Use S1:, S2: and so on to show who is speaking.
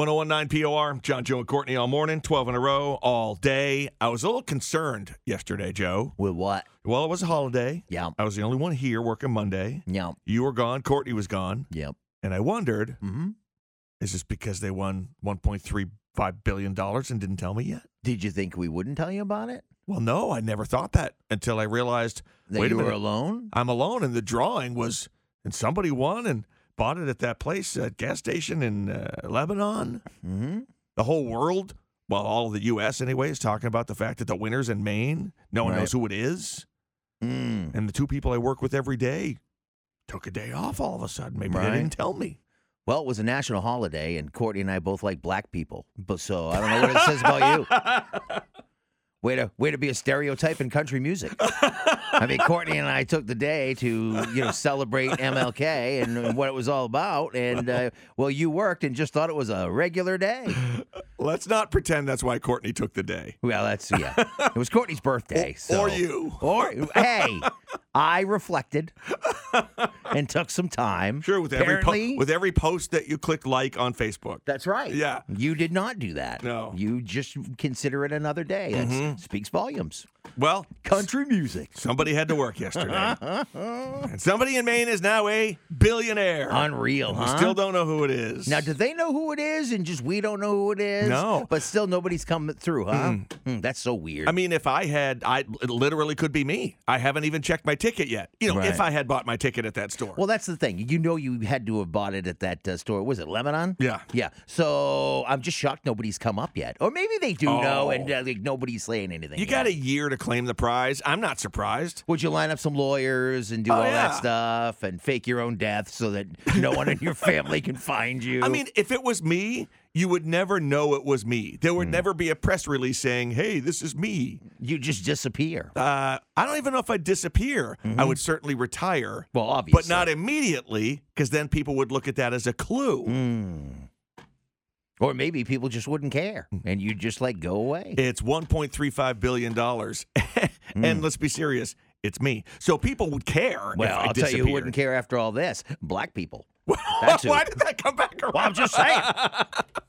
S1: 1019 POR, John, Joe, and Courtney all morning, 12 in a row, all day. I was a little concerned yesterday, Joe.
S2: With what?
S1: Well, it was a holiday.
S2: Yep.
S1: I was the only one here working Monday.
S2: Yep.
S1: You were gone, Courtney was gone.
S2: Yep.
S1: And I wondered,
S2: Mm-hmm.
S1: is this because they won $1.35 billion and didn't tell me yet?
S2: Did you think we wouldn't tell you about it?
S1: Well, no, I never thought that until I realized
S2: That
S1: Wait a
S2: you were
S1: minute.
S2: alone?
S1: I'm alone and the drawing was, and somebody won and bought it at that place, at gas station in uh, Lebanon.
S2: Mm-hmm.
S1: the whole world, well, all of the U.S. anyway, is talking about the fact that the winner's in Maine. No one
S2: Right.
S1: knows who it is.
S2: Mm.
S1: And the two people I work with every day took a day off all of a sudden. Maybe they
S2: Right.
S1: didn't tell me.
S2: Well, it was a national holiday, and Courtney and I both like black people, but so I don't know what it says about you. Way to way to be a stereotype in country music. I mean, Courtney and I took the day to you know celebrate MLK and, what it was all about, and uh, well, you worked and just thought it was a regular day.
S1: Let's not pretend that's why Courtney took the day.
S2: Well, that's yeah. It was Courtney's birthday. so.
S1: Or you.
S2: Or hey, I reflected and took some time.
S1: Sure, with every, po-
S2: Apparently,
S1: with every post that you click like on Facebook.
S2: that's right.
S1: Yeah.
S2: you did not do that.
S1: No. Mm-hmm.
S2: you just consider it another day. That speaks volumes.
S1: Well,
S2: Country music,
S1: somebody had to work yesterday. and somebody in Maine is now a billionaire.
S2: unreal,
S1: We
S2: huh?
S1: still don't know who it is.
S2: now, do they know who it is, and just we don't know who it is?
S1: No.
S2: but still nobody's coming through, huh? Hmm, that's so weird.
S1: I mean, if I had, I it literally could be me. I haven't even checked my ticket yet. You know, if
S2: Right.
S1: I had bought my ticket at that store.
S2: well, that's the thing. You know, you had to have bought it at that uh, store. Was it Lebanon?
S1: yeah.
S2: Yeah. So I'm just shocked nobody's come up yet. Or maybe they do
S1: Oh.
S2: know and uh, like nobody's saying anything.
S1: You
S2: yet.
S1: got a year to claim the prize. I'm not surprised.
S2: Would you line up some lawyers and do
S1: Oh,
S2: all
S1: yeah.
S2: that stuff and fake your own death so that no one in your family can find you?
S1: I mean, if it was me, you would never know it was me. There
S2: Hmm.
S1: would never be a press release saying, hey, this is me.
S2: you just disappear.
S1: Uh, I don't even know if I'd disappear.
S2: Mm-hmm.
S1: I would certainly retire,
S2: Well, obviously.
S1: but not immediately, because then people would look at that as a clue.
S2: Mm. Or maybe people just wouldn't care and you just like go away.
S1: It's $1.35 billion. And let's be serious, it's me. So people would care.
S2: Mm. well,
S1: if I
S2: I'll tell you who
S1: disappeared.
S2: wouldn't care after all this black people. That's who.
S1: Why did that come back around?
S2: Well, I'm just saying.